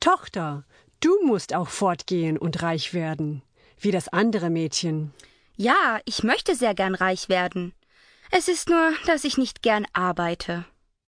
Tochter, du musst auch fortgehen und reich werden, wie das andere Mädchen. Ja, ich möchte sehr gern reich werden. Es ist nur, dass ich nicht gern arbeite.